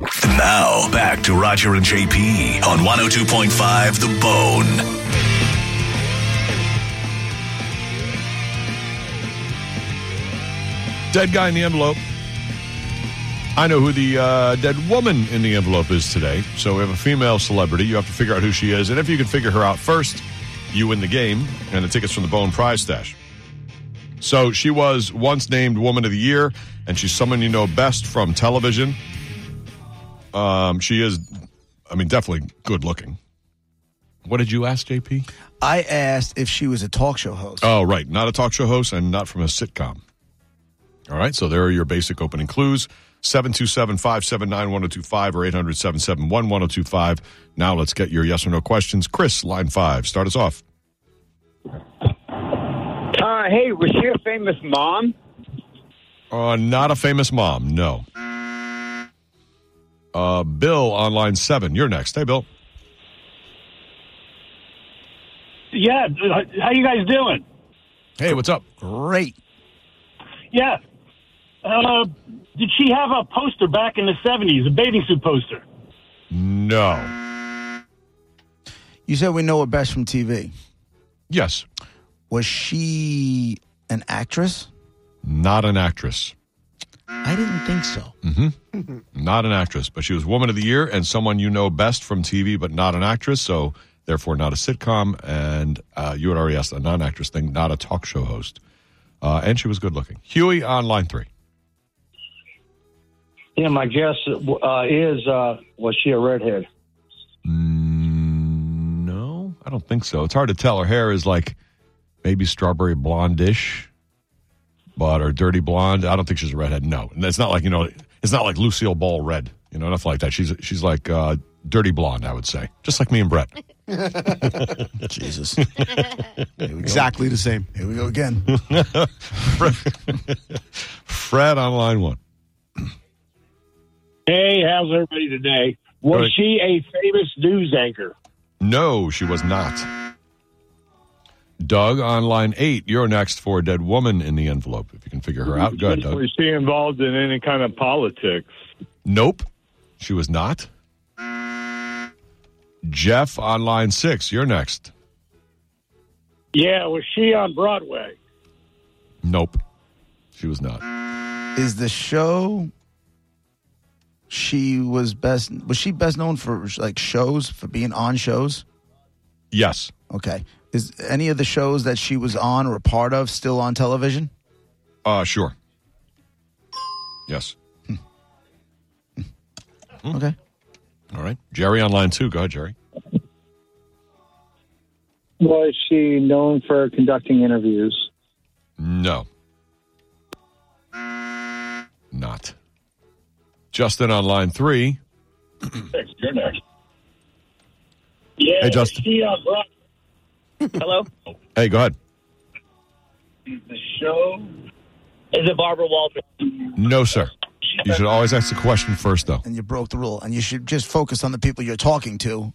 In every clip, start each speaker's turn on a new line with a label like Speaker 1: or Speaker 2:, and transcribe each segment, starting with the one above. Speaker 1: Now, back to Roger and JP on 102.5 The Bone.
Speaker 2: Dead guy in the envelope. I know who the uh, dead woman in the envelope is today. So we have a female celebrity. You have to figure out who she is. And if you can figure her out first, you win the game and the tickets from the Bone Prize Stash. So she was once named Woman of the Year, and she's someone you know best from television. Um, she is, I mean, definitely good looking. What did you ask, JP?
Speaker 3: I asked if she was a talk show host.
Speaker 2: Oh, right. Not a talk show host and not from a sitcom. All right. So there are your basic opening clues 727 579 1025 or 800 771 1025. Now let's get your yes or no questions. Chris, line five, start us off.
Speaker 4: Uh, hey, was she a famous mom?
Speaker 2: Uh, not a famous mom, no. Uh, Bill on line seven, you're next. Hey, Bill.
Speaker 5: Yeah. uh, How you guys doing?
Speaker 2: Hey, what's up?
Speaker 3: Great.
Speaker 5: Yeah. Uh, did she have a poster back in the seventies, a bathing suit poster?
Speaker 2: No.
Speaker 3: You said we know her best from TV.
Speaker 2: Yes,
Speaker 3: Was she an actress?
Speaker 2: not an actress.
Speaker 3: I didn't think so.
Speaker 2: Not an actress, but she was Woman of the Year and someone you know best from TV, but not an actress, so therefore not a sitcom. And uh, you had already asked a non actress thing, not a talk show host. Uh, and she was good looking. Huey on line three.
Speaker 6: Yeah, my guess uh, is uh, was she a redhead?
Speaker 2: Mm, no, I don't think so. It's hard to tell. Her hair is like maybe strawberry blondish, but or dirty blonde. I don't think she's a redhead. No, and it's not like you know, it's not like Lucille Ball red. You know, nothing like that. She's she's like uh, dirty blonde. I would say, just like me and Brett.
Speaker 3: Jesus. exactly the same. Here we go again.
Speaker 2: Fred on line one.
Speaker 5: Hey, how's everybody today? Was
Speaker 2: Good.
Speaker 5: she a famous news anchor?
Speaker 2: No, she was not. Doug on line eight. You're next for dead woman in the envelope. If you can figure her out, go ahead, Doug.
Speaker 7: Was she involved in any kind of politics?
Speaker 2: Nope, she was not. Jeff on line six, you're next.
Speaker 5: Yeah. Was she on Broadway?
Speaker 2: Nope, she was not.
Speaker 3: Is the show she was best was she best known for like shows for being on shows?
Speaker 2: Yes,
Speaker 3: Okay. Is any of the shows that she was on or a part of still on television?
Speaker 2: uh, sure. Yes.
Speaker 3: Okay.
Speaker 2: All right. Jerry on line two, go ahead, Jerry.
Speaker 6: Was she known for conducting interviews?
Speaker 2: No, not. Justin on line three.
Speaker 5: You're next. Yeah.
Speaker 2: Hey, Justin.
Speaker 5: Was she on Broadway?
Speaker 8: uh, Hello?
Speaker 2: Hey, go ahead.
Speaker 5: The show.
Speaker 8: Is it Barbara Walters?
Speaker 2: No, sir. You should always ask the question first, though.
Speaker 3: And you broke the rule. And you should just focus on the people you're talking to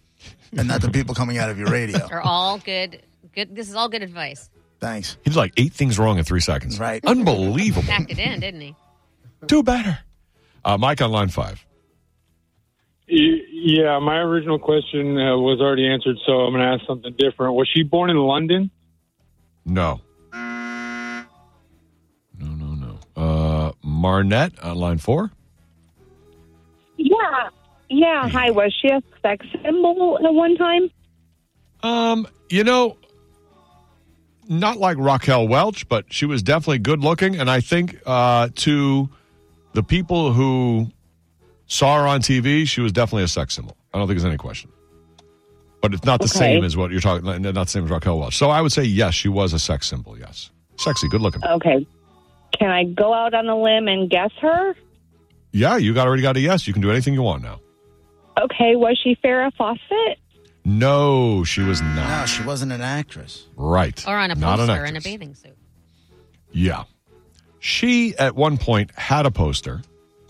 Speaker 3: and not the people coming out of your radio.
Speaker 9: Are all good. Good. This is all good advice.
Speaker 3: Thanks.
Speaker 2: He did like eight things wrong in three seconds.
Speaker 3: Right.
Speaker 2: Unbelievable.
Speaker 9: Packed it in, didn't he?
Speaker 2: Do better. Uh, Mike on line five.
Speaker 7: Y- Yeah, my original question uh, was already answered, so I'm going to ask something different. Was she born in London?
Speaker 2: No. No, no, no. Uh, Marnette on line four.
Speaker 10: Yeah. Yeah. Hi. Was she a sex symbol at one time?
Speaker 2: Um, you know, not like Raquel Welch, but she was definitely good looking. And I think uh, to the people who saw her on TV, she was definitely a sex symbol. I don't think there's any question. But it's not the
Speaker 10: Okay.
Speaker 2: same as what you're talking. Not the same as Raquel Welch. So I would say yes, she was a sex symbol. Yes, sexy, good looking.
Speaker 10: Okay. Can I go out on a limb and guess her?
Speaker 2: Yeah, you got already got a yes. You can do anything you want now.
Speaker 10: Okay. Was she Farrah Fawcett?
Speaker 2: No, she was
Speaker 3: No,
Speaker 2: not.
Speaker 3: she wasn't an actress.
Speaker 2: Right.
Speaker 9: Or on a
Speaker 2: Not an
Speaker 9: poster in a
Speaker 2: actress.
Speaker 9: bathing suit.
Speaker 2: Yeah. She at one point had a poster,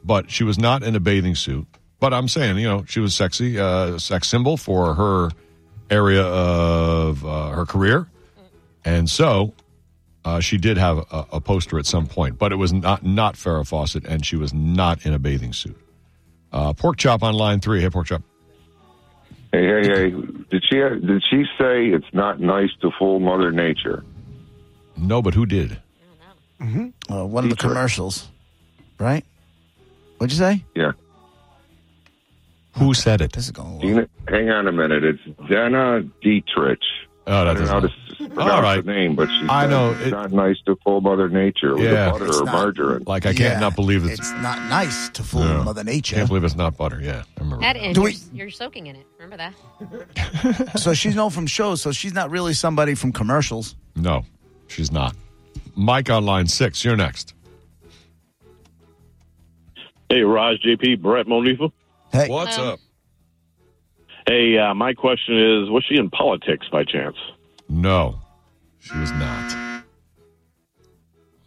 Speaker 2: but she was not in a bathing suit. But I'm saying, you know, she was sexy, uh, sex symbol for her area of uh, her career. And so uh, she did have a, a poster at some point, but it was not, not Farrah Fawcett, and she was not in a bathing suit. Uh, pork chop on line three. Hey, pork chop.
Speaker 11: Hey, hey, hey! Did she did she say it's not nice to fool Mother Nature?
Speaker 2: No, but who did?
Speaker 3: Mm-hmm. Uh, one of the commercials, right? What'd you say?
Speaker 11: Yeah.
Speaker 2: Who said it?
Speaker 3: This is going.
Speaker 11: Dina, hang on a minute. It's Dana Dietrich.
Speaker 2: Oh, that
Speaker 11: I don't know how to s- pronounce
Speaker 2: All right.
Speaker 11: the name, but she
Speaker 2: I
Speaker 11: said
Speaker 2: know,
Speaker 11: it's
Speaker 2: it-
Speaker 11: not nice to fool Mother Nature with
Speaker 2: Yeah.
Speaker 11: a butter
Speaker 2: It's
Speaker 11: or
Speaker 2: not-
Speaker 11: margarine.
Speaker 2: Like I can't
Speaker 3: Yeah,
Speaker 2: not believe it's.
Speaker 3: It's not nice to fool
Speaker 2: Yeah.
Speaker 3: Mother Nature.
Speaker 2: Can't believe it's not butter. Yeah, I remember.
Speaker 9: That and
Speaker 3: Do
Speaker 9: you're,
Speaker 3: we-
Speaker 9: you're soaking in it. Remember that?
Speaker 3: so she's known from shows, so she's not really somebody from commercials.
Speaker 2: No, she's not. Mike on line six. You're next.
Speaker 12: Hey, Raj, JP, Brett, Monifa.
Speaker 3: Hey,
Speaker 2: What's
Speaker 9: Um,
Speaker 2: up?
Speaker 12: Hey, uh, my question is, was she in politics by chance?
Speaker 2: No, she was not.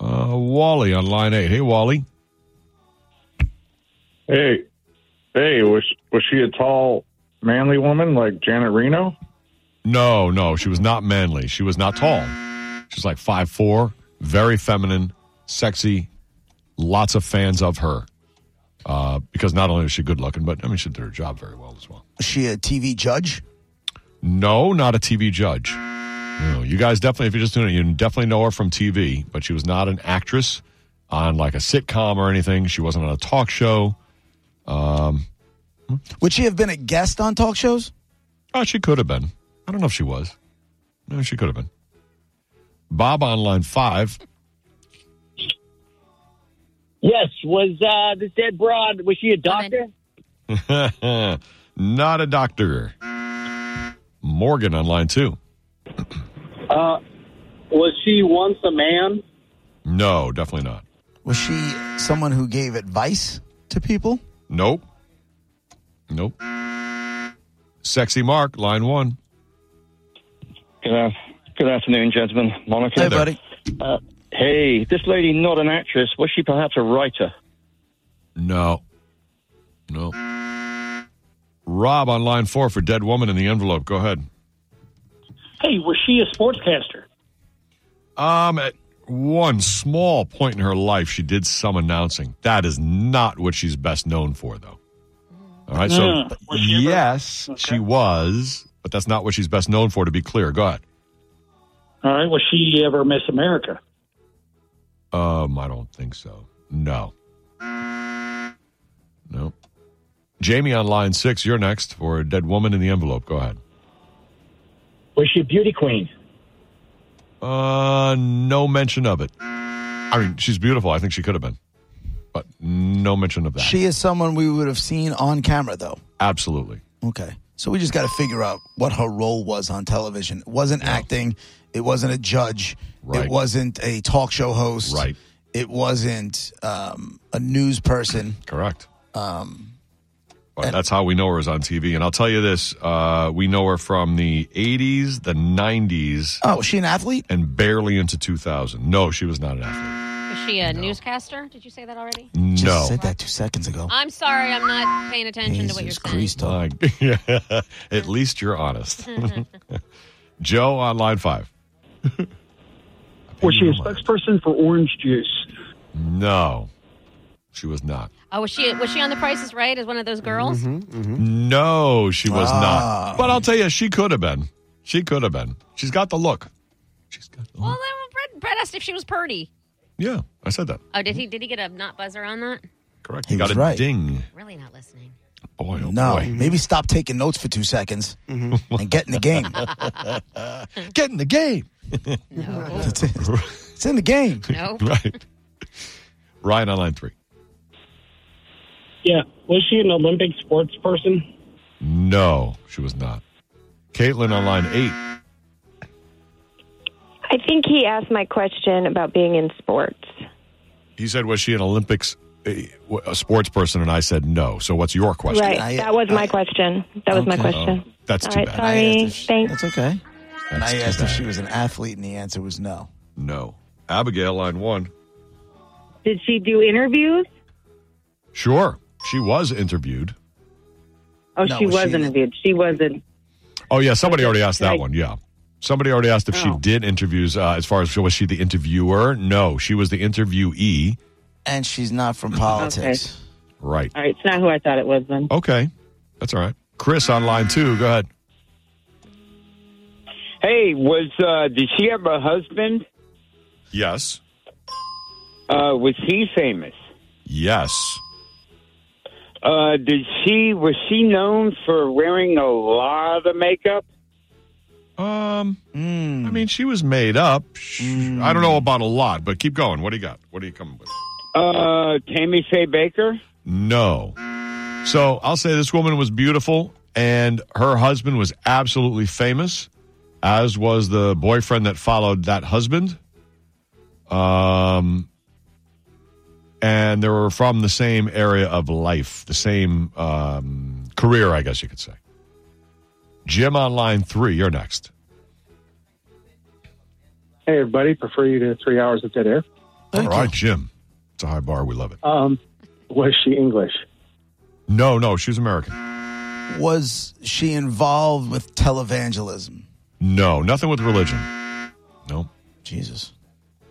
Speaker 2: Uh, Wally on line eight. Hey, Wally.
Speaker 13: Hey, hey, was was she a tall, manly woman like Janet Reno?
Speaker 2: No, no, she was not manly. She was not tall. She's like five four, very feminine, sexy. Lots of fans of her uh, because not only is she good looking, but I mean she did her job very well as well.
Speaker 3: Is she a TV judge?
Speaker 2: No, not a TV judge. No, you guys definitely, if you're just doing it, you definitely know her from TV, but she was not an actress on like a sitcom or anything. She wasn't on a talk show. Um,
Speaker 3: Would she have been a guest on talk shows?
Speaker 2: oh, she could have been. I don't know if she was. No, she could have been. Bob on line five.
Speaker 8: Yes. Was uh, this dead broad? Was she a doctor?
Speaker 2: not a doctor. Morgan on line two.
Speaker 14: Uh, was she once a man?
Speaker 2: No, definitely not.
Speaker 3: Was she someone who gave advice to people?
Speaker 2: Nope. Nope. Sexy Mark, line one.
Speaker 15: Good, af- good afternoon, gentlemen. Monica.
Speaker 3: Hey, buddy.
Speaker 15: Uh, hey, this lady, not an actress. Was she perhaps a writer?
Speaker 2: No. No. Rob on line four for Dead Woman in the Envelope. Go ahead.
Speaker 16: Hey, was she a sportscaster?
Speaker 2: Um, at one small point in her life, she did some announcing. That is not what she's best known for, though. All right, so
Speaker 16: Mm.
Speaker 2: yes, she was, but that's not what she's best known for. To be clear, go ahead.
Speaker 16: All right, was she ever Miss America?
Speaker 2: Um, I don't think so. No, no. Jamie on line six, you're next for Dead Woman in the Envelope. Go ahead.
Speaker 16: Was she a beauty queen?
Speaker 2: Uh, no mention of it. I mean, she's beautiful. I think she could have been, but no mention of that.
Speaker 3: She is someone we would have seen on camera, though.
Speaker 2: Absolutely.
Speaker 3: Okay. So we just got to figure out what her role was on television. It wasn't acting. It wasn't a judge.
Speaker 2: Right.
Speaker 3: It wasn't a talk show host.
Speaker 2: Right.
Speaker 3: It wasn't um, a news person.
Speaker 2: Correct.
Speaker 3: Um,
Speaker 2: But that's how we know her is on TV. And I'll tell you this: uh, we know her from the '80s, the '90s,
Speaker 3: oh, was she an athlete?
Speaker 2: and barely into 2000. No, she was not an athlete.
Speaker 9: Was she a newscaster? Did you say that already?
Speaker 2: No.
Speaker 3: Just said that two seconds ago.
Speaker 9: I'm sorry, I'm not paying attention to what you're saying.
Speaker 2: My- yeah, at least you're honest. Joe on line five.
Speaker 17: Was she a spokesperson for orange juice?
Speaker 2: No, she was not.
Speaker 9: Oh, was she was she on The Price Is Right as one of those girls?
Speaker 3: Mm-hmm.
Speaker 2: No, she was
Speaker 9: Ah.
Speaker 2: not. But I'll tell you, she could have been. She could have been. She's got the look.
Speaker 9: Well, then Brett, Brett asked if she was purdy.
Speaker 2: Yeah, I said that.
Speaker 9: Oh, did he did he get a not buzzer on that?
Speaker 2: Correct.
Speaker 3: He
Speaker 2: got
Speaker 3: was
Speaker 2: a
Speaker 3: right.
Speaker 2: ding.
Speaker 9: Really not listening.
Speaker 2: Boy, oh
Speaker 3: no.
Speaker 2: boy.
Speaker 3: Maybe stop taking notes for two seconds
Speaker 2: Mm-hmm.
Speaker 3: and get in the game.
Speaker 2: get in the game.
Speaker 3: it's, it's in the game.
Speaker 9: No.
Speaker 2: right. Ryan on line three.
Speaker 14: Yeah. Was she an Olympic sports person?
Speaker 2: No, she was not. Caitlin on line eight.
Speaker 10: I think he asked my question about being in sports.
Speaker 2: He said, "Was she an Olympics a, a sports person?" And I said, "No." So, what's your question?
Speaker 10: Right. that was my question. That was my
Speaker 2: Okay.
Speaker 10: question.
Speaker 2: Oh, that's
Speaker 10: All
Speaker 2: too
Speaker 10: right,
Speaker 2: bad.
Speaker 3: I asked
Speaker 10: Sorry.
Speaker 3: if she-
Speaker 10: Thanks.
Speaker 3: That's okay. and
Speaker 2: That's
Speaker 3: I
Speaker 2: too
Speaker 3: asked if
Speaker 2: bad.
Speaker 3: she was an athlete, and the answer was no.
Speaker 2: No. Abigail, line one.
Speaker 18: Did she do interviews?
Speaker 2: Sure, she was interviewed.
Speaker 18: Oh,
Speaker 2: No,
Speaker 18: she
Speaker 2: was
Speaker 18: was
Speaker 2: she-
Speaker 18: interviewed. She wasn't.
Speaker 2: Oh yeah, somebody already asked that
Speaker 18: Right.
Speaker 2: one. Yeah, somebody already asked if she
Speaker 10: Oh.
Speaker 2: did interviews. Uh, as far as was she the interviewer? No, she was the interviewee.
Speaker 3: And she's not from politics.
Speaker 2: Right.
Speaker 18: All right, it's not who I thought it was then.
Speaker 2: Okay. That's all right. Chris on line two. Go ahead.
Speaker 4: Hey, was uh, did she have a husband?
Speaker 2: Yes.
Speaker 4: Uh, was he famous?
Speaker 2: Yes.
Speaker 4: Uh, did she was she known for wearing a lot of makeup?
Speaker 2: Um,
Speaker 3: Hmm.
Speaker 2: I mean, she was made up. Sh I don't know about a lot, but keep going. What do you got? What are you coming with?
Speaker 4: Uh, Tammy Faye Baker.
Speaker 2: No. So I'll say this woman was beautiful, and her husband was absolutely famous, as was the boyfriend that followed that husband. Um, and they were from the same area of life, the same um, career, I guess you could say. Jim on line three, you're next.
Speaker 17: Hey, everybody. Prefer you to three hours of dead air.
Speaker 2: All right, Jim. It's a high bar. We love it.
Speaker 17: Um, was she English?
Speaker 2: No, no, she's American.
Speaker 3: Was she involved with televangelism?
Speaker 2: No, nothing with religion. No.
Speaker 3: Jesus.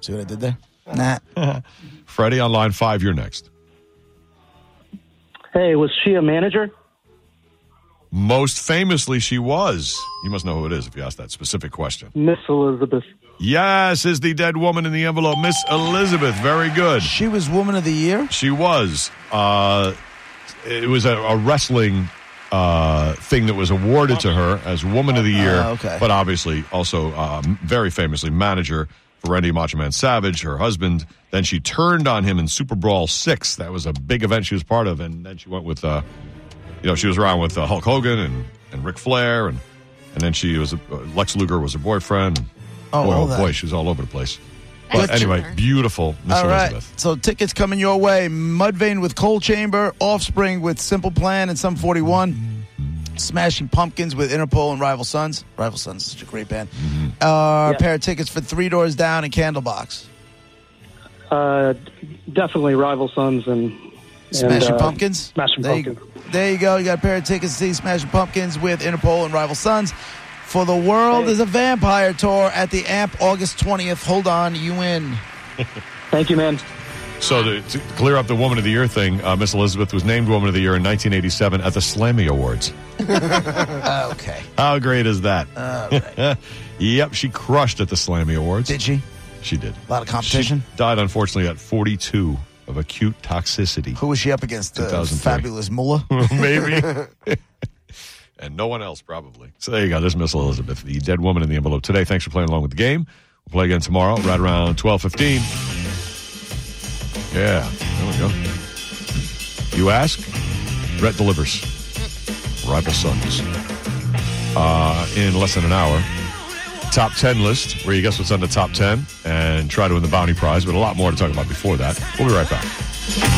Speaker 3: See what I did there? Nah.
Speaker 2: Freddie on line five, you're next.
Speaker 6: Hey, was she a manager?
Speaker 2: Most famously, she was. You must know who it is if you ask that specific question.
Speaker 6: Miss Elizabeth.
Speaker 2: Yes, is the dead woman in the envelope, Miss Elizabeth. Very good.
Speaker 3: She was Woman of the Year?
Speaker 2: She was. Uh, it was a, a wrestling uh, thing that was awarded to her as Woman of the Year.
Speaker 3: Ah, okay.
Speaker 2: But obviously, also um, very famously, manager for Randy Macho Man Savage, her husband. Then she turned on him in Super Brawl 6. That was a big event she was part of. And then she went with, uh, you know, she was around with uh, Hulk Hogan and, and Ric Flair. And, and then she was, a, uh, Lex Luger was her boyfriend.
Speaker 3: Oh,
Speaker 2: boy,
Speaker 3: all
Speaker 2: oh
Speaker 3: that.
Speaker 2: boy, she was all over the place.
Speaker 3: That's
Speaker 2: But anyway,
Speaker 3: killer.
Speaker 2: beautiful Miss
Speaker 3: All right.
Speaker 2: Elizabeth.
Speaker 3: So tickets coming your way. Mudvayne with Cold Chamber, Offspring with Simple Plan and Sum 41, Smashing Pumpkins with Interpol and Rival Sons. Rival Sons is such a great band. Uh, A pair of tickets for Three Doors Down and Candlebox.
Speaker 6: Uh, definitely rival sons and
Speaker 3: Smashing
Speaker 6: and, uh,
Speaker 3: Pumpkins.
Speaker 6: Smashing
Speaker 3: There
Speaker 6: pumpkins.
Speaker 3: you, there you go. You got a pair of tickets to see Smashing Pumpkins with Interpol and Rival Sons. For the World is a Vampire Tour at the AMP August 20th. Hold on, you win.
Speaker 6: Thank you, man.
Speaker 2: So to, to clear up the Woman of the Year thing, uh, Miss Elizabeth was named Woman of the Year in 1987 at the Slammy Awards.
Speaker 3: okay.
Speaker 2: How great is that?
Speaker 3: All
Speaker 2: yep, she crushed at the Slammy Awards. Did
Speaker 3: she?
Speaker 2: She did.
Speaker 3: A lot of competition.
Speaker 2: She died, unfortunately, at 42 of acute toxicity.
Speaker 3: Who was she up against? The
Speaker 2: 2003.
Speaker 3: fabulous Mullah?
Speaker 2: Maybe. and no one else probably. So there you go. There's Miss Elizabeth, the dead woman in the envelope today. Thanks for playing along with the game. We'll play again tomorrow, right around twelve fifteen. Yeah, there we go. You ask, Brett delivers. Rival Sons. Uh, in less than an hour, top ten list where you guess what's on the top ten and try to win the bounty prize, but a lot more to talk about before that. We'll be right back.